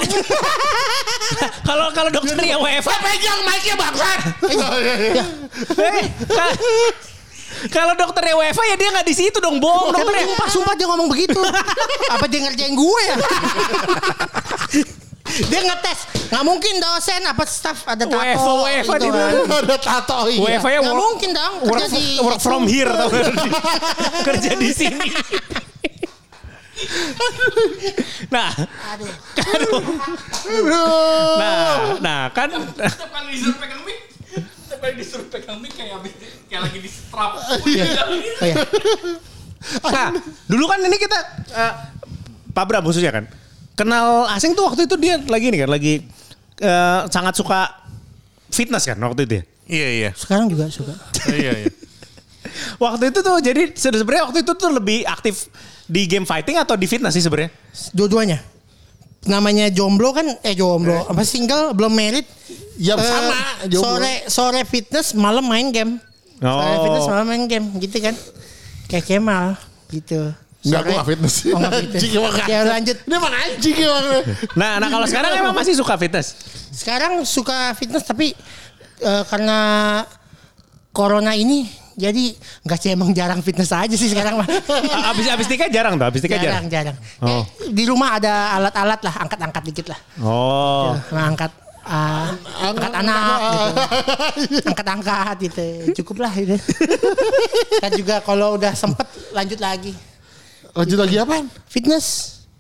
S3: Kalau kalau dokter ya WFH.
S1: Pegang mic-nya bangsat. Oh, iya, iya.
S3: Eh, ka- Kalau dokter ya WFH ya dia nggak di situ dong, bohong
S1: Iya,
S5: Kan
S3: dokter.
S5: sumpah, sumpah dia ngomong begitu. Apa dia ngerjain gue ya? dia ngetes, nggak mungkin dosen apa staff ada tato.
S3: WFH, WFH di
S5: kan.
S3: dalam.
S1: Ada tato iya.
S3: WFH ya
S5: Nggak
S3: work-
S5: mungkin dong kerja
S3: work,
S5: di
S3: work from here tau nggak? Di- kerja di sini. nah,
S5: Aduh.
S3: aduh. Nah, nah kan
S6: Setiap kali disuruh pegang mic, setiap kali disuruh pegang mic kayak habis kayak lagi di strap.
S5: Oh, iya.
S3: nah, dulu kan ini kita eh, Pak Bram khususnya kan. Kenal asing tuh waktu itu dia lagi nih kan lagi eh, sangat suka fitness kan waktu itu ya.
S4: Iya iya.
S5: Sekarang juga suka.
S4: Iya iya.
S3: Waktu itu tuh jadi se- sebenarnya waktu itu tuh lebih aktif di game fighting atau di fitness sih sebenarnya?
S5: Dua-duanya. Namanya jomblo kan eh jomblo apa single belum married
S1: Ya
S5: Eh,
S1: sama. jomblo.
S5: Sore sore fitness malam main game. Sore
S3: Oh.
S5: fitness malam main game gitu kan. Kayak Kemal gitu.
S1: Enggak,
S5: Sore-
S1: gue gak fitness.
S5: Oh, nggak fitness.
S1: Anjing emang nggak.
S5: Ya lanjut.
S1: Ini emang anjing emang.
S3: Nah, nah kalau sekarang emang masih suka fitness.
S5: Sekarang suka fitness tapi eh, karena corona ini jadi nggak sih emang jarang fitness aja sih sekarang mah.
S3: A- Abis abis nikah jarang tuh, abis nikah
S5: Iya. jarang,
S3: jarang. Oh.
S5: jarang. Eh, di rumah ada alat-alat lah, angkat-angkat dikit lah.
S3: Oh.
S5: Angkat ah, angkat anak gitu. angkat-angkat gitu. Cukup lah gitu. Kan juga kalau udah sempet lanjut lagi.
S1: Lanjut lagi apaan?
S5: Fitness.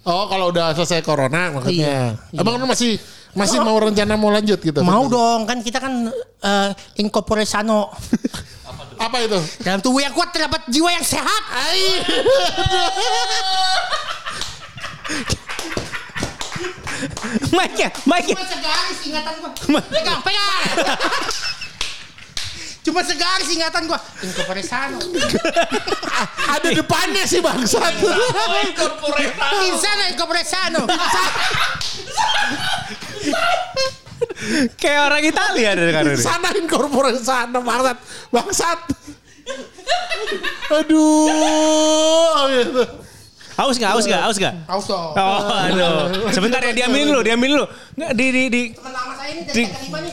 S1: Oh kalau udah selesai corona maksudnya.
S5: Iya,
S1: Abang lu masih masih mau rencana mau lanjut gitu?
S5: Mau dong kan kita kan eh, incorpore sano.
S1: Apa itu?
S5: Dalam tubuh yang kuat terdapat jiwa yang sehat. Ai.
S3: Mike ya, Mike ya.
S5: Cuma segaris ingatan gua. Pegang, pegang. Cuma segaris ingatan gua. Incorpore sano.
S1: Ada depannya sih bangsat. iya.
S5: Insano incorpore sano.
S3: Kayak orang Italia dari kan ini.
S1: sana incorporate sana bangsat. Bangsat. Aduh. Gitu.
S3: Haus nggak? Haus nggak? Haus nggak?
S5: Aus dong.
S3: Oh, aduh. Sebentar ya, diambilin dulu, diambilin dulu. Nggak, Di di di.
S5: Temen lama saya ini
S3: Di-
S5: dari kaki lima nih.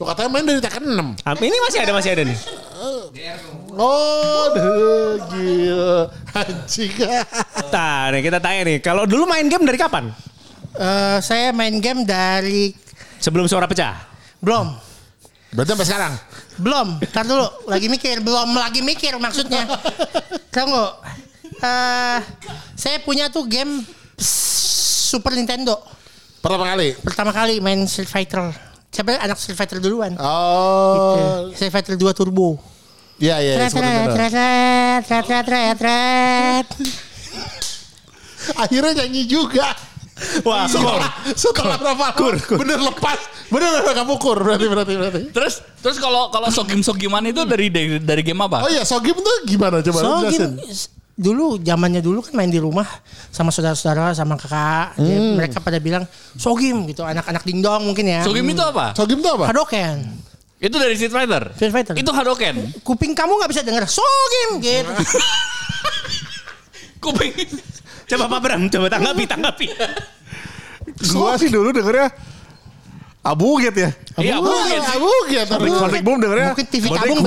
S1: Lo katanya main dari tekan 6.
S3: Am- Ah, Ini masih ada, masih ada nih.
S1: Oh, aduh, gila. Anjing.
S3: Tah, nih kita tanya nih. Kalau dulu main game dari kapan?
S5: Eh, saya main game dari
S3: Sebelum suara pecah.
S5: belum
S1: Berarti sampai sekarang.
S5: belum ntar dulu lagi mikir belum lagi mikir maksudnya tahu nggak Eh, saya punya tuh game Super Nintendo
S1: Pertama kali.
S5: pertama kali main Street Fighter siapa anak Street Fighter duluan
S1: Oh.
S5: Gitu. Street Fighter 2 Turbo
S1: Iya, iya, iya,
S5: tret
S1: seperti
S5: tret
S1: itu.
S5: tret tret tret tret tret tret
S1: Akhirnya nyanyi juga.
S3: Wah, skor.
S1: Setelah, setelah berapa? Kur, Bener lepas. Bener bener kamu kur. Berarti berarti berarti.
S6: Terus terus kalau kalau sogim sogiman itu dari dari, dari game
S1: Oh
S6: apa?
S1: iya, Sogim tuh gimana coba lu
S5: so
S1: jelasin.
S5: gini, s- dulu zamannya dulu kan main di rumah sama saudara-saudara sama kakak Jadi mereka pada bilang sogim gitu anak-anak dingdong mungkin ya
S6: Sogim itu apa?
S1: Sogim tuh apa?
S5: Hadoken.
S6: Itu dari Street Fighter.
S5: Street Fighter.
S6: Itu Hadoken.
S5: Kuping kamu nggak bisa dengar sogim gitu.
S6: Kuping.
S3: Coba Pak Bram, coba tanggapi, tanggapi.
S4: Gua sih dulu dengernya abuget ya.
S6: Iya,
S1: Abu,
S6: mungkin.
S1: abu gitu.
S4: Sonic, Sonic Boom dengernya.
S5: Mungkin TV
S4: Sonic
S5: tabung
S4: Boom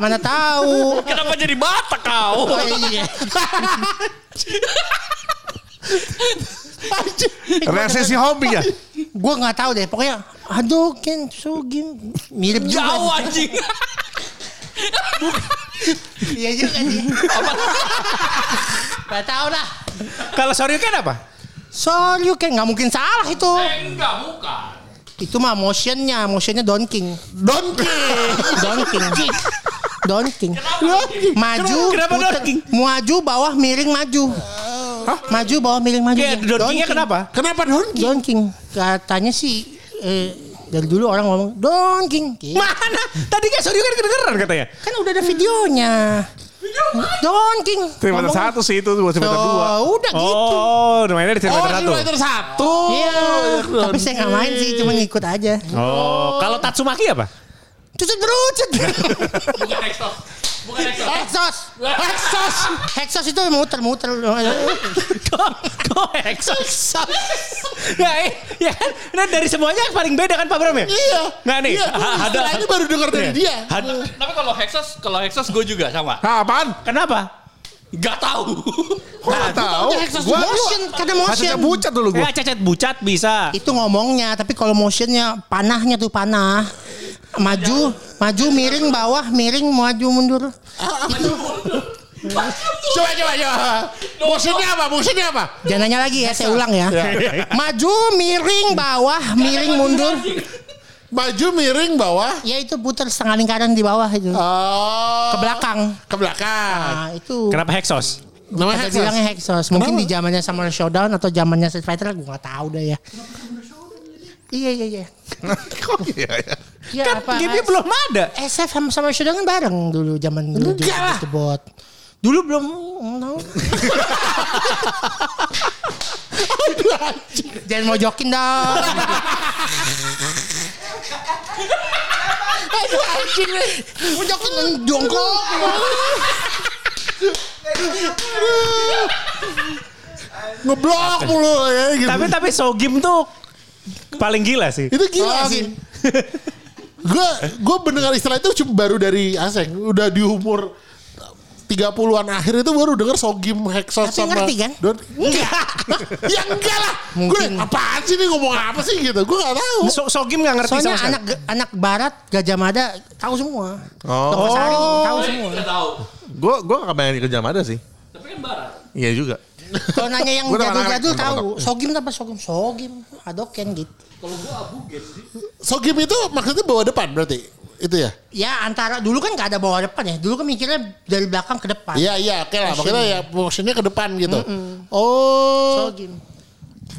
S3: gitu.
S5: mana tahu.
S6: Kenapa jadi batak kau?
S5: Oh, iya.
S4: gitu. Resesi hobi ya.
S5: Gue nggak tahu deh, pokoknya Hadoken sogim mirip juga.
S6: Jauh
S5: sih.
S6: anjing.
S5: Iya juga sih. Gak tahu lah.
S3: Kalau Shoryuken apa?
S5: Soryuken nggak mungkin salah itu.
S6: Eh, Enggak, bukan.
S5: Itu mah motionnya, motionnya Don King.
S1: Donkey.
S5: Don King. Don King. Maju,
S3: Kenapa Don
S5: puter.
S3: King?
S5: Maju, bawah, miring, maju. Maju, bawah, miring, maju.
S1: Iya,
S3: Kayak Don King-nya kenapa?
S1: Kenapa donkey?
S5: Don King. Katanya sih eh, dari dulu orang ngomong Don King. Gitu.
S3: Mana? Tadi kan Shoryuken kedengeran katanya.
S5: Kan udah ada videonya. Don King.
S4: Trimeter
S5: Ngomong-
S4: satu sih itu, buat trimeter dua.
S5: Oh, udah
S3: Oh,
S5: gitu.
S3: mainnya di
S1: Oh, di
S3: Terminator satu.
S1: Fighter satu.
S5: Iya, tapi saya nggak main sih, cuma ngikut aja.
S3: Oh, kalau Tatsumaki apa?
S5: Cucut berucut.
S6: Bukan Exos. Bukan Exos.
S5: Hexos, Hexos, Hexos itu muter-muter.
S3: Kok kok Exos? Nah, eh, ya kan? Nah, dari semuanya yang paling beda kan Pak Bram ya?
S1: Iya.
S3: Nggak nih.
S1: Iya, gua
S3: ha-
S1: istilah
S3: ada-
S1: ini baru dengar dari
S3: Iya.
S1: dia.
S3: Had-
S6: Tapi kalau Hexos, kalau Hexos gue juga sama.
S4: Hah, apaan?
S3: Kenapa?
S6: Gak tahu.
S4: Kok nggak tahu?
S5: Hexos
S4: Gua-
S5: motion, karena
S4: Hacetnya
S5: motion.
S4: pucat dulu
S3: Ya
S4: gua.
S3: cacat bucat bisa.
S5: Itu ngomongnya, tapi kalau motionnya panahnya tuh panah. Maju, maju miring bawah, miring maju mundur.
S1: Coba coba coba. Musuhnya apa? Musuhnya apa?
S5: Jangan nanya lagi ya, saya ulang ya. Maju, miring bawah, miring mundur.
S1: Baju miring bawah.
S5: Ya itu putar setengah lingkaran di bawah itu.
S1: Oh.
S5: Ke belakang.
S1: Ke belakang.
S5: Nah, itu.
S3: Kenapa Hexos?
S1: Nah, Namanya
S5: Ada
S1: Hexos.
S5: bilangnya Hexos. Mungkin di zamannya Summer Showdown atau zamannya Street Fighter gue nggak tahu deh ya. Iya iya iya.
S4: Kok
S1: Oh,
S4: iya ya?
S5: Ya,
S3: Kan
S5: apa-
S3: gamenya belum ada.
S5: SF sama Summer Showdown kan bareng dulu zaman dulu
S1: Enggak lah.
S5: Bot. Dulu belum mm, no. Jangan mau jokin dong. Aduh anjing nih. Mau jokin jongkok.
S1: Ngeblok mulu ya gitu.
S3: Tapi tapi Sogim tuh paling gila sih.
S1: Itu gila sih. Gue gue mendengar istilah itu cuma baru dari Aseng. Udah di umur 30-an akhir itu baru denger Sogim Hexos
S5: Tapi
S1: sama
S5: ngerti kan?
S1: Don enggak Hah? ya enggak lah gue
S5: Mungkin.
S1: apaan sih ini ngomong apa sih gitu gue nggak tahu
S3: So- Sogim nggak ngerti sama
S5: Soalnya
S3: sekali.
S5: anak anak barat Gajah Mada tahu semua.
S4: Oh.
S5: Sari tahu semua.
S6: Gak tahu.
S4: Gua gua nggak pengen kerja ada sih.
S6: Tapi kan barat.
S4: Iya juga.
S5: Kalau nanya yang
S4: Gua udah
S5: jadul-jadul
S4: anak-anak.
S5: tahu. Sogim apa sogim? Sogim. Adoken gitu.
S1: Sogim itu maksudnya bawa depan berarti itu ya
S5: Ya antara dulu kan nggak ada bawah depan ya. Dulu kan mikirnya dari belakang ke depan.
S1: iya iya oke lah maksudnya ya maksudnya ke depan gitu oh
S5: Sogim.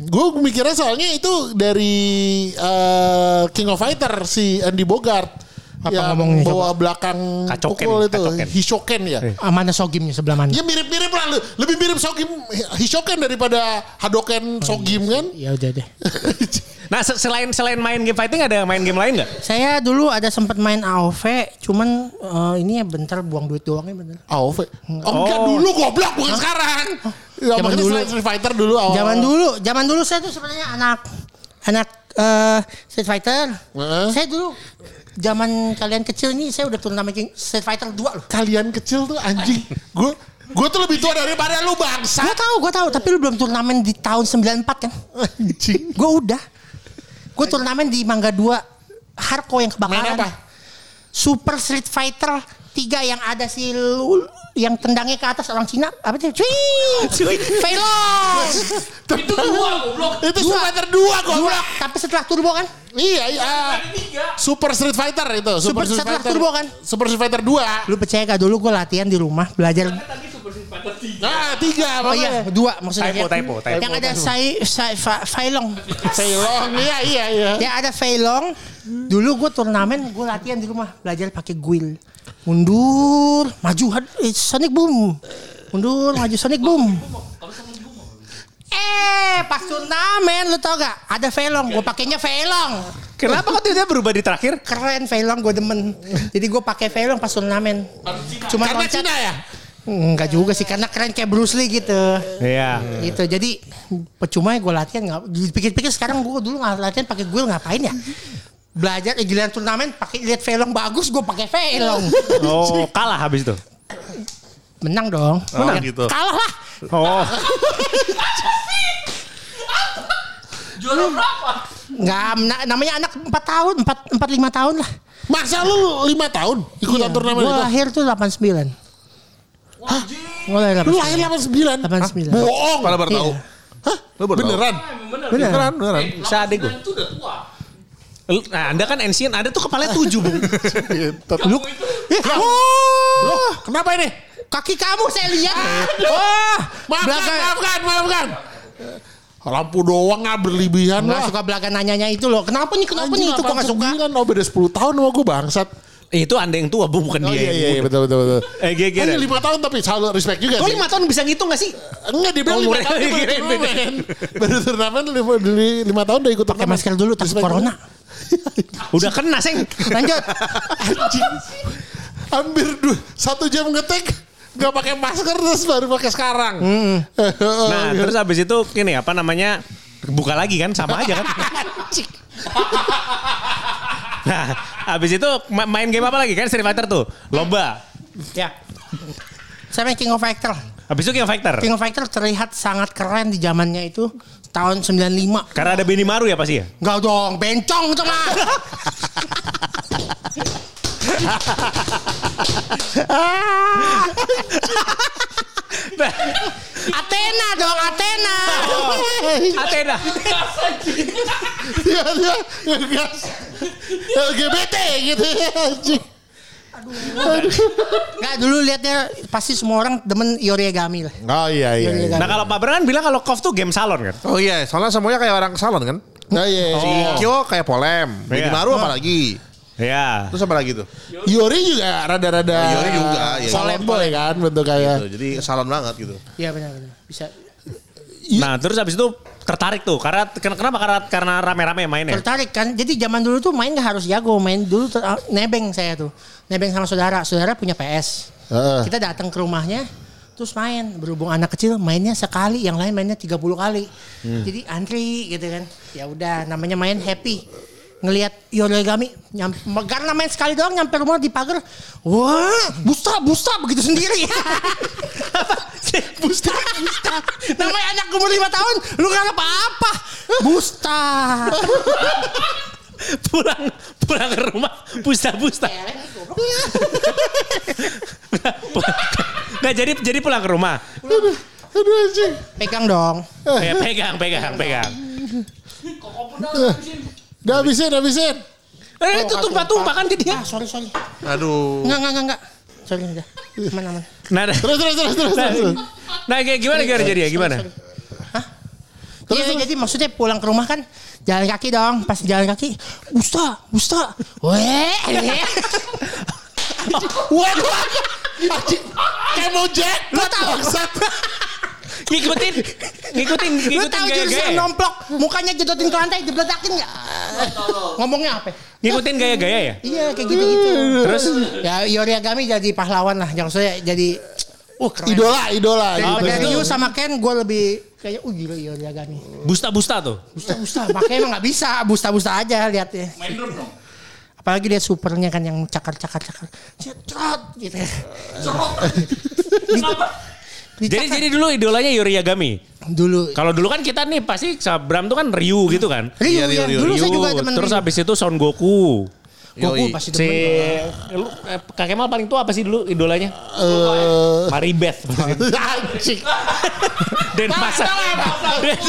S1: gue mikirnya soalnya itu dari eh, King of Fighter si Andy Bogart
S5: Apa
S1: yang
S5: ngomongnya,
S1: bawa belakang
S3: Kacoken,
S1: pukul itu
S3: kacoken.
S1: Hishoken ya
S5: Ah, mana sogimnya sebelah mana?
S1: Ya mirip-mirip lah lu. Lebih mirip Sogim Hishoken daripada Hadoken Sogim kan?
S5: Ya udah deh.
S3: Nah se- selain selain main game fighting ada main game lain nggak?
S5: Saya dulu ada sempat main AOV, cuman eh, ini ya bentar buang duit doangnya bener.
S1: AOV. Oh, enggak
S3: Oh.
S1: dulu goblok bukan sekarang. Ya,
S5: Oh. Zaman
S1: makanya
S5: dulu.
S1: selain Street Fighter dulu AOV.
S5: Zaman dulu, zaman dulu saya tuh sebenarnya anak anak eh, Street Fighter.
S1: Heeh.
S5: Saya dulu zaman kalian kecil ini saya udah turnamen King- Street Fighter 2 loh.
S1: Kalian kecil tuh anjing. Gue gue tuh lebih tua daripada lu bangsa.
S5: Gua tahu, gua tahu, tapi lu belum turnamen di tahun 94 kan?
S1: Anjing.
S5: Gue udah. Gue turnamen di Mangga 2 Harko yang
S1: Main
S5: kebakaran.
S1: apa?
S5: Super Street Fighter 3 yang ada si Lul yang tendangnya ke atas orang Cina apa sih? Cuy, Velos.
S6: Itu gua goblok.
S1: Itu Street Fighter 2
S5: Dua,
S1: goblok.
S5: tapi setelah turbo kan?
S1: Iya, iya. Super Street Fighter itu.
S5: Super setelah Turbo kan?
S1: Super Street Fighter 2.
S5: Lu percaya gak dulu gue latihan di rumah belajar
S6: Kan Tadi Super Street Fighter 3.
S1: Nah, tiga
S5: Oh iya, dua maksudnya.
S3: Typo, typo, typo.
S5: Yang ada Sai Sai Fa- Failong.
S1: Ceylon. Iya, iya, iya.
S5: Yang ada Failong. Dulu gue turnamen, gue latihan di rumah belajar pakai guil. Mundur, maju, had- eh, Sonic Boom. Mundur, maju Sonic Boom. Eh, pas turnamen lu tau gak? Ada Failong, gue pakainya Failong.
S3: Kenapa kok tiba-tiba berubah di terakhir?
S5: Keren Failong, gue demen. Jadi gue pakai Failong pas turnamen. Cuma
S1: Karena
S5: loncat-
S1: Cina ya?
S5: Enggak juga sih, karena keren kayak Bruce Lee gitu
S3: Iya.
S5: gitu jadi percuma ya gue latihan nggak dipikir-pikir sekarang gue dulu nggak latihan pakai gue ngapain ya belajar eh, giliran turnamen pakai lihat velong bagus gue pakai velong
S3: Oh kalah habis itu.
S5: menang dong
S4: Oh,
S5: menang
S4: gitu.
S5: kalah lah
S3: Oh
S6: Juara berapa?
S5: nggak mena- namanya anak 4 tahun 4 empat lima tahun lah
S1: Masa lu 5 tahun ikutan turnamen
S5: gue
S1: itu?
S5: lahir tuh 89 gue lahir
S1: Lu lahir 89.
S5: 89.
S1: Bohong.
S4: Kalau baru tahu.
S1: Hah?
S4: Lu baru tahu?
S1: Beneran?
S6: Bener. Eh,
S4: Beneran, beneran.
S3: bisa adek gue.
S6: Itu udah tua.
S3: Lu- Nah, anda kan ancient, ada tuh kepalanya tujuh bu.
S1: Lu
S6: Kamu itu
S1: Loh, kenapa ini?
S5: kaki kamu saya lihat
S1: Eh.
S5: wah
S1: Maafkan,
S5: belakang
S1: maafkan, maafkan. Lampu doang lah berlebihan
S5: nggak
S1: lah.
S5: suka belakang nanyanya itu loh kenapa nih kenapa nih itu kok nggak suka
S1: Kan, oh beda 10 tahun sama gue bangsat.
S3: Itu anda yang tua, Bu, bukan
S1: Oh
S3: dia.
S1: iya
S3: yang
S1: iya iya,
S3: muda.
S1: betul betul betul.
S3: Eh, kira-kira.
S1: Hanya lima tahun tapi selalu respect juga
S3: Kok
S1: sih.
S3: lima tahun bisa ngitung gak sih?
S1: Enggak dia bilang lima
S3: Umurnya
S1: tahun dia baru
S3: kirain beda.
S1: turnamen. Baru turnamen lima, dari lima tahun udah ikut
S5: Pakai masker dulu takut corona.
S3: Udah kena, Seng.
S5: Lanjut.
S1: Anjing. Hampir dua, satu jam ngetik nggak pakai masker terus baru pakai sekarang. Oh, iya.
S3: Nah, terus habis itu gini apa namanya? Buka lagi kan sama aja kan. nah, habis itu ma- main game apa lagi kan Street Fighter tuh? Lomba.
S5: ya. Sama King of Fighter.
S3: Habis itu King of Fighter.
S5: King of Fighter terlihat sangat keren di zamannya itu tahun 95.
S3: Karena ada Beni Maru ya pasti ya?
S5: Enggak dong, bencong itu mah. Athena dong, Athena.
S3: Athena.
S1: Iya dia ngegas LGBT gitu ya anjing.
S5: Enggak dulu lihatnya pasti semua orang demen Yoriegami lah.
S1: Oh iya iya. iya.
S3: Nah kalau Pak Bran kan bilang kalau KOF tuh game salon kan?
S4: Oh iya, soalnya semuanya kayak orang salon kan.
S1: Oh iya.
S4: Si Kyo kayak polem, Bini
S3: Iya.
S4: Maru apa lagi?
S3: Iya.
S4: Terus apa lagi tuh?
S1: Yori juga rada-rada.
S4: Yori juga, iya.
S1: Salon boy kan bentuk
S4: Tuh,
S1: kayak.
S4: jadi salon banget gitu.
S5: Iya benar benar. Bisa
S3: Nah terus habis itu tertarik tuh. Karena ken- kenapa? Karena karena rame-rame mainnya.
S5: tertarik kan. Jadi zaman dulu tuh main gak harus jago, main dulu ter- ah, nebeng saya tuh. Nebeng sama saudara, saudara punya PS.
S1: Heeh.
S5: Kita datang ke rumahnya terus main berhubung anak kecil mainnya sekali yang lain mainnya 30 kali jadi antri gitu kan ya udah namanya main happy ngelihat Yorigami nyam, karena main sekali doang nyampe rumah di pagar wah busta busta begitu sendiri busta busta namanya anak umur 5 tahun lu nggak apa apa busta
S3: pulang pulang ke rumah busta-busta.
S5: Eh, Iya.
S3: Nah jadi jadi pulang ke rumah.
S1: Aduh anjing.
S5: pegang dong
S3: Ya, pegang, pegang, pegang.
S1: Udah habisin, habisin.
S3: Eh, itu tumpah-tumpah kan jadi
S5: ah sorry sorry
S4: Aduh.
S5: Enggak, enggak, enggak, enggak. Sorry, udah. Aman, aman.
S3: Nah, nah,
S1: Terus, terus, terus, terus. terus.
S3: nah kayak gimana gimana jadi ya gimana?
S5: Iya, jadi maksudnya pulang ke rumah kan jalan kaki dong. Pas jalan kaki, busta, busta. Weh, weh.
S1: Wah, wah. Anjing. Kayak mau jackpot. bangsat.
S3: Ngikutin, ngikutin,
S5: Lu
S3: ngikutin
S5: tahu jurusan
S3: gaya-gaya. ya?
S5: nomplok, mukanya jedotin ke lantai, dibedakin enggak? Ngomongnya apa?
S3: Ngikutin gaya-gaya ya?
S5: Iya, kayak gitu-gitu.
S3: Terus
S5: Ya, Yoriagami jadi pahlawan lah. Yang saya jadi uh keren.
S1: Idola, idola. gitu.
S5: Dari Ryu sama Ken gue lebih kayak uh gila Yoriagami.
S3: busta-busta tuh.
S5: Busta, busta. Makanya emang nggak bisa, busta-busta aja lihatnya.
S6: Main drum dong.
S5: Apalagi dia supernya kan yang cakar-cakar-cakar. Cetrot gitu ya.
S3: Jadi jadi dulu idolanya Yoriagami.
S5: Dulu.
S3: Kalau dulu kan kita nih pasti Sabram tuh kan Ryu gitu kan.
S5: Ryu,
S4: Iya, Ryu,
S5: ya.
S4: Ryu,
S5: Dulu saya
S3: Ryu.
S5: juga temen
S3: Terus
S5: Ryu.
S3: habis itu Son Goku.
S5: Goku
S4: Yoi.
S5: pasti
S3: Si
S5: temen.
S3: lu, eh, Kak Kemal paling tua apa sih dulu idolanya?
S1: Eh,
S3: Maribeth.
S1: Anjing.
S3: Dan pasar.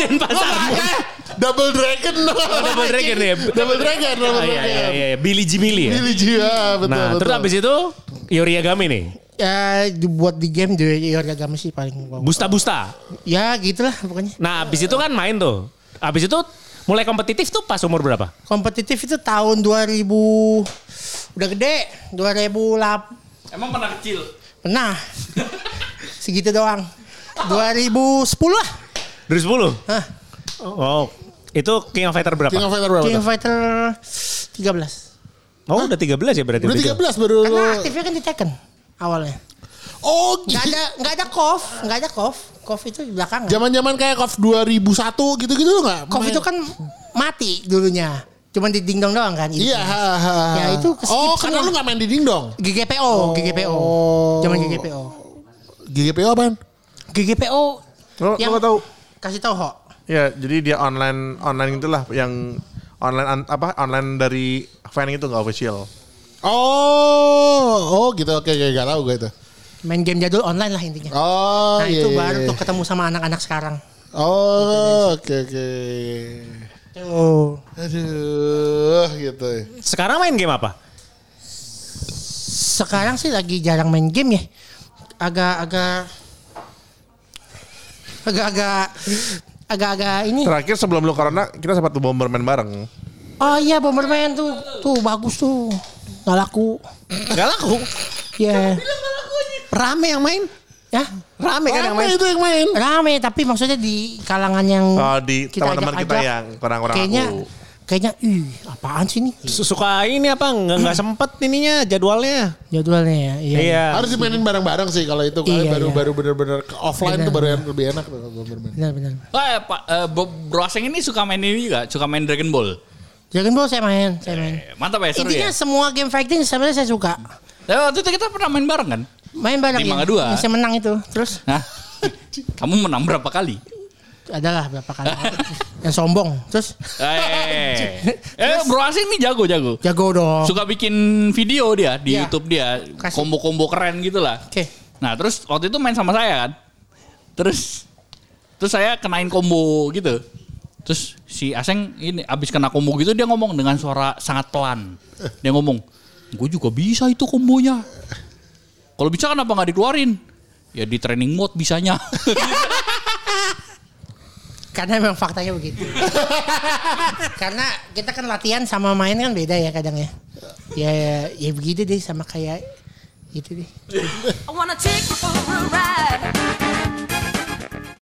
S3: Dan pasar.
S1: Double Dragon.
S3: Double Dragon ya.
S1: Double Dragon. Double
S3: Iya iya
S1: Dragon.
S3: iya iya. Billy Jimmy ya.
S1: Billy Gia, betul,
S3: Nah, terus
S1: betul.
S3: habis itu Yoriagami nih.
S5: Ya dibuat di game di Yorgagami sih paling.
S3: Busta-busta.
S5: Ya gitulah pokoknya.
S3: Nah, habis itu kan main tuh. Habis itu mulai kompetitif tuh pas umur berapa?
S5: Kompetitif itu tahun 2000 udah gede 2008
S6: Emang pernah kecil?
S5: nah segitu doang 2010 lah
S3: 2010.
S5: Hah,
S3: Oh. Itu King of Fighter berapa?
S1: King of Fighter berapa?
S5: King
S1: tuh?
S5: of Fighter 13
S3: Oh, udah 13 ya berarti.
S1: Udah 13 baru.
S5: karena aktifnya kan di Tekken awalnya
S1: Oh,
S5: Gak ada gak ada kof, gak ada kof. Kof itu di belakangan.
S1: Zaman-zaman kayak KOF 2001 gitu-gitu lu enggak?
S5: kof itu kan mati dulunya. Cuman di dingdong doang kan.
S1: Iya, ha, ha.
S5: Ya, itu ke skip
S1: Oh, karena
S5: sana.
S1: lu enggak main di dingdong.
S5: GGPO,
S1: Oh.
S5: GGPO. Zaman GGPO.
S1: GGPO apaan?
S5: GGPO.
S4: Lo- lo nggak tahu?
S5: Kasih tahu Ho.
S4: Ya, jadi dia online online itulah yang online an- apa online dari fan itu nggak official.
S1: Oh, oh gitu. Oke, oke, enggak tahu gue itu.
S5: Main game jadul online lah intinya.
S1: Oh,
S5: nah,
S1: iya, iya,
S5: itu baru
S1: iya.
S5: tuh Gitu. ketemu sama anak-anak sekarang.
S1: Oh, oke oke.
S5: Oh.
S1: Aduh, gitu.
S5: Iya.
S3: Sekarang main game apa?
S5: Sekarang sih lagi jarang main game ya. Agak-agak agak-agak agak-agak ini.
S4: Terakhir sebelum
S5: Ah,
S4: lu corona kita sempat tuh Bomberman bareng.
S5: Oh iya Bomberman tuh. Tuh bagus tuh. nggak laku.
S3: Gak laku.
S5: Ya.
S3: Rame yang main.
S5: Ya, rame kan yang main.
S1: itu yang main.
S5: Rame tapi maksudnya di kalangan yang
S4: Oh, di
S5: Hmm. kita
S4: teman-teman kita
S5: ajak-ajak,
S4: yang orang-orang
S5: kayaknya
S4: aku.
S5: kayaknya ih apaan sih nih
S3: Suka ini apa? Nggak, nggak sempet ininya jadwalnya.
S5: jadwalnya ya. Iya.
S1: Harus dimainin bareng-bareng sih kalau itu kalau
S5: Iya,
S1: baru
S5: iya.
S1: baru bener-bener ke offline
S5: Bener. iya.
S1: tuh baru yang lebih enak tuh kalau bermain.
S5: Benar benar.
S6: Wah, Pak, eh, Bob Bro Aseng ini suka main ini juga, suka main Dragon Ball.
S5: Dragon Ball saya main, saya main.
S6: Eh, Mantap ya, seru
S5: Intinya
S6: ya.
S5: semua game fighting sebenarnya saya suka.
S6: Eh, waktu itu kita pernah main bareng kan?
S5: Main banyak
S6: Di Manga
S5: yang,
S6: dua.
S5: yang saya menang itu. Terus
S6: Hah? Kamu menang berapa kali?
S5: adalah berapa kali yang sombong. Terus
S6: Eh, eh Bro Aseng ini jago-jago.
S5: jago dong.
S6: Suka bikin video dia di
S5: Iya.
S6: YouTube dia,
S5: Kasih.
S6: kombo-kombo keren gitu lah.
S5: Oke.
S6: Nah terus waktu itu main sama saya kan. Terus terus saya kenain combo gitu. Terus si Aseng ini abis kena combo gitu dia ngomong dengan suara sangat pelan. Dia ngomong, gue juga bisa itu kombonya. Kalau bisa kenapa nggak dikeluarin? Ya di training mode bisanya.
S5: Karena memang faktanya begitu. Karena kita kan latihan sama main kan beda ya kadang ya. Ya ya begitu deh sama kayak gitu deh.
S2: I wanna take you for a ride.